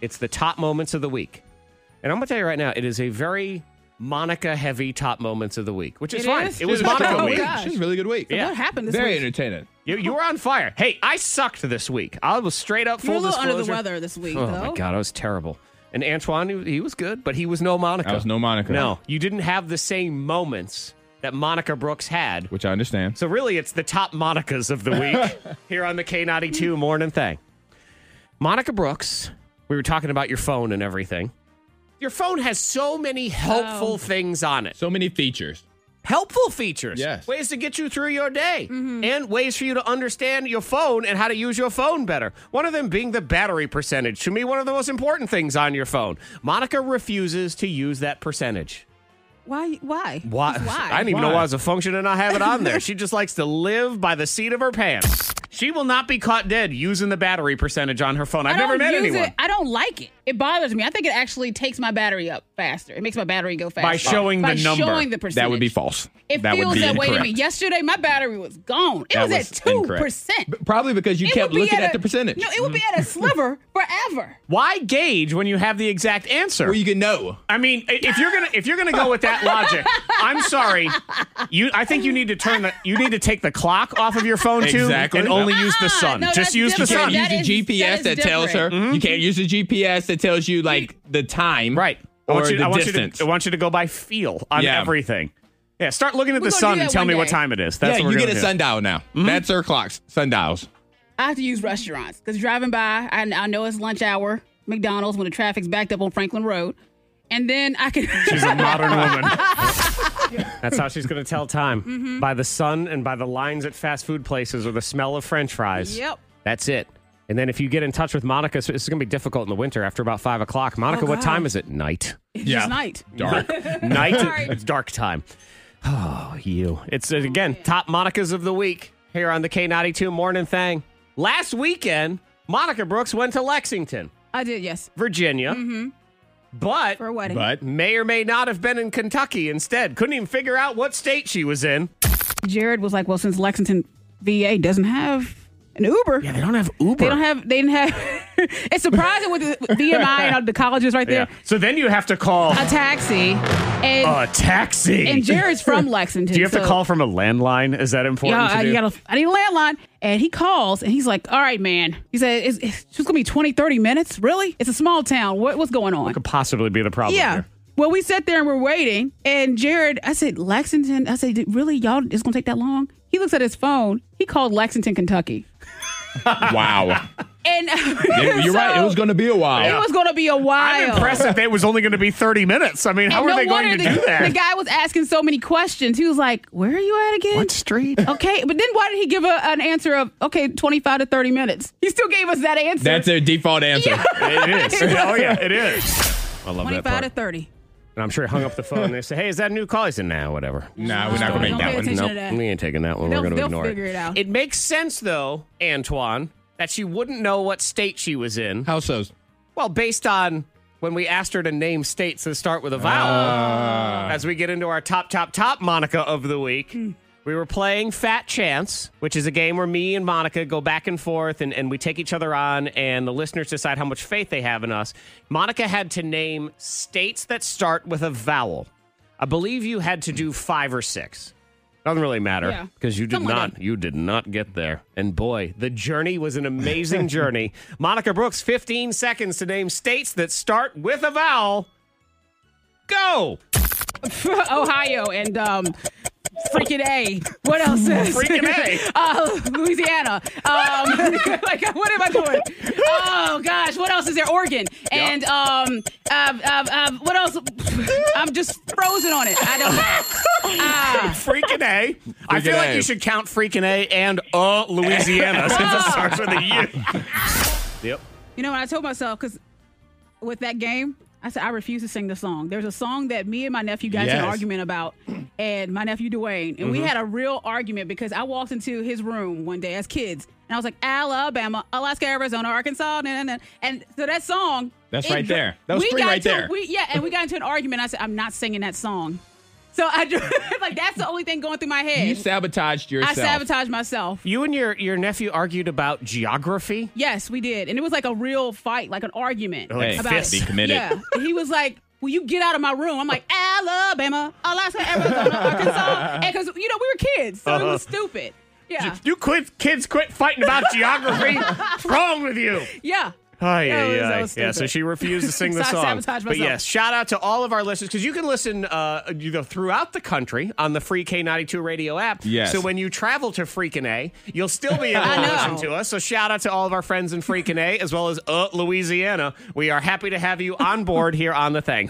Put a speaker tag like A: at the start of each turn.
A: It's the top moments of the week. And I'm going to tell you right now, it is a very Monica heavy top moments of the week, which is
B: It
A: fine.
B: is? oh
A: It was
B: It was
A: Monica
B: top
A: week.
B: week.
C: She's a really good week.
A: Yeah.
B: What happened this
C: Very
B: week?
C: entertaining.
A: You, you were on fire. Hey, I sucked this week. I was straight up
B: You were
A: full
B: a little
A: disclosure.
B: under the weather this week,
A: Oh
B: though.
A: my god, I was terrible. And Antoine, he- he was good, but he was no Monica.
C: I was no Monica.
A: No, you didn't have the same moments that Monica Brooks had.
C: Which I understand.
A: So really, it's the top Monicas of the week here on the K92 Morning Thing. Monica Brooks, we were talking about your phone and everything. Your phone has so many helpful things on it.
C: So many features.
A: Helpful features.
C: Yes.
A: Ways to get you through your day and ways for you to understand your phone and how to use your phone better. One of them being the battery percentage. To me, one of the most important things on your phone. Monica refuses to use that percentage.
B: Why? Why?
A: Why?
B: Just Why?
A: I didn't even know
C: Why?
A: why it was a function and I have it on there. she just likes to live by the seat of her pants. She will not be caught dead using the battery percentage on her phone. I've
B: I
A: never
B: don't
A: met
B: use
A: anyone.
B: It. I don't like it. It bothers me. I think it actually takes my battery up faster. It makes my battery go faster
A: By showing
B: By
A: the number.
B: showing the percentage.
C: That would be false.
B: It
C: that
B: feels
C: would be
B: that way
C: incorrect.
B: to me. Yesterday, my battery was gone. It
C: That
B: was,
C: was
B: at two
C: incorrect.
B: percent.
C: B- Probably because you kept looking at, the percentage.
B: No, it would be at a sliver forever.
A: Why gauge when you have the exact answer?
C: Where you can know.
A: I mean, i- if you're gonna if you're gonna go with that logic, I'm sorry. You, I think you need to turn the you need to take the clock off of your phone too,
C: Exactly.
A: and only use the
B: Uh-uh.
A: sun.
B: No,
A: Just
B: that's
A: use the
C: You
A: sun.
B: different.
C: can't
B: That
C: use
B: is-
C: the GPS that,
B: that is
C: tells her.
B: different. Mm-hmm.
C: You can't use the GPS that tells you like the time.
A: Right. I
C: Or
A: want you.
C: the
A: I want you
C: distance.
A: to. I want you to go by feel on
C: Yeah.
A: everything. Yeah. Start looking at
B: We're
A: the
B: gonna
A: sun
B: do
A: and
B: that
A: tell
B: one
A: me what
B: day.
A: time it is. That's
C: yeah,
A: what
C: you
A: we're
C: get a
A: gonna do.
C: sundial now.
B: Mm-hmm.
C: That's our clocks. Sundials.
B: I have to use restaurants because driving by, I, I know it's lunch hour, McDonald's when the traffic's backed up on Franklin Road, and then I can.
A: She's a modern woman. That's how she's going to tell time
B: Mm-hmm.
A: by the sun and by the lines at fast food places or the smell of French fries.
B: Yep.
A: That's it. And then if you get in touch with Monica, so this is going to be difficult in the winter after about five o'clock. Monica, what
B: Oh, God.
A: time is it? Night.
B: It's
C: Yeah.
B: just night.
C: Dark.
A: Night.
B: Sorry.
A: It's dark time. Oh, you. It's uh, again top Monicas of the week here on the K ninety two Morning Thing. Last weekend, Monica Brooks went to Lexington,
B: I did yes
A: Virginia, but
B: Mm-hmm. for a wedding.
C: but
A: may or may not have been in Kentucky instead. Couldn't even figure out what state she was in.
B: Jared was like, "Well, since Lexington VA doesn't have an Uber,
A: they don't have Uber.
B: they don't have. They didn't have. it's surprising with the VMI and all the colleges right
A: yeah.
B: there.
A: So then you have to call
B: A taxi, and
A: a taxi.
B: and Jared's from Lexington.
A: do you have to
B: so-
A: call from a landline? Is that important?
B: Yeah,
A: to
B: I,
A: do?
B: you gotta, I need a landline. And he calls and he's like, all right, man. He said, it's, it's just gonna be 20, 30 minutes. Really? It's a small town. What, what's going on?
A: could possibly be the problem.
B: Yeah.
A: here.
B: Well, we sat there and we're waiting. And Jared, I said, Lexington. I said, really? Y'all, it's gonna take that long? He looks at his phone. He called Lexington, Kentucky.
C: wow.
B: And
C: It- you're right. It was going to be a while.
B: It was gonna be a
A: I'm
B: while.
A: impressed that it was only going to be 30 minutes. I mean, how
B: And
A: are
B: no
A: they going to
B: wonder the,
A: do that?
B: The guy was asking so many questions. He was like, where are you at again?
A: street?
B: Okay, but then why did he give a, an answer of okay, twenty five to thirty minutes? He still gave us that answer.
C: That's their default answer.
A: it is. oh, yeah, it is. I love
B: twenty
A: that
B: five
A: part.
B: to thirty.
A: And I'm sure he hung up the phone and they said, hey, is that a new call? He said, nah, whatever.
C: Nah, we're not going to make
B: Don't
C: that
B: pay
C: one.
B: attention
A: Nope,
B: to that.
A: we ain't taking that one.
B: They'll-
A: We're going to
B: they'll
A: ignore
B: figure it out.
A: It makes sense, though, Antoine, that she wouldn't know what state she was in.
C: How so's?
A: Well, based on when we asked her to name states that start with a vowel, as we get into our top, top, top Monica of the week, we were playing Fat Chance, which is a game where me and Monica go back and forth and, and we take each other on, and the listeners decide how much faith they have in us. Monica had to name states that start with a vowel. I believe you had to do five or six. Doesn't really
B: Yeah.
A: matter because you did
B: Something like
A: not
B: that.
A: you did not get there. And boy, the journey was an amazing journey. Monica Brooks, 15 seconds to name states that start with a vowel. Go!
B: Ohio and um, freaking A. What else? Is?
A: Freaking A.
B: uh, Louisiana. Um, like, what am I doing? Oh gosh, what else is there? Oregon and um, um, um, um, what else? I'm just frozen on it. I don't know. Ah.
A: Freaking A! I
C: Freaking
A: feel like
C: A.
A: you should count freaking A and uh Louisiana since it starts with a U. Yep.
B: You know, and I told myself because with that game, I said I refuse to sing the song. There's a song that me and my nephew got into an
C: Yes. Mm-hmm.
B: argument about, and my nephew Dwayne, and we had a real argument because I walked into his room one day as kids, and I was like Alabama, Alaska, Arizona, Arkansas, nah, nah, nah. and so that song.
C: That's
B: it
C: right
B: dro-
C: there. That was
B: we
C: three
B: got
C: right
B: into-
C: there.
B: We, yeah, and we got into an argument. I said I'm not singing that song. So I like that's the only thing going through my
C: You
B: head.
C: sabotaged yourself.
B: I sabotaged myself.
A: You and your, your nephew argued about geography.
B: Yes, we did, and it was like a real fight, like an argument
A: Like
C: Hey,
B: about
A: fists.
C: be committed.
B: Yeah, he was like. Will you get out of my room? I'm like Alabama, Alaska, Arizona, Arkansas, because you know we were kids, so it was stupid. Yeah,
A: You quit, kids quit fighting about geography. What's wrong with you?
B: yeah.
A: Oh,
B: That
A: yeah,
B: was- that
A: yeah.
B: was
A: yeah, so
B: stupid.
A: she refused to sing the
B: So I
A: song.
B: sabotaged
A: But
B: myself.
A: yes, shout out to all of our listeners because you can listen uh, you know, throughout the country on the free K92 radio app.
C: Yes.
A: So when you travel to Freakin' A, you'll still be able
B: I
A: to
B: know.
A: listen to us. So shout out to all of our friends in Freakin' A as well as uh, Louisiana. We are happy to have you on board here on the thing.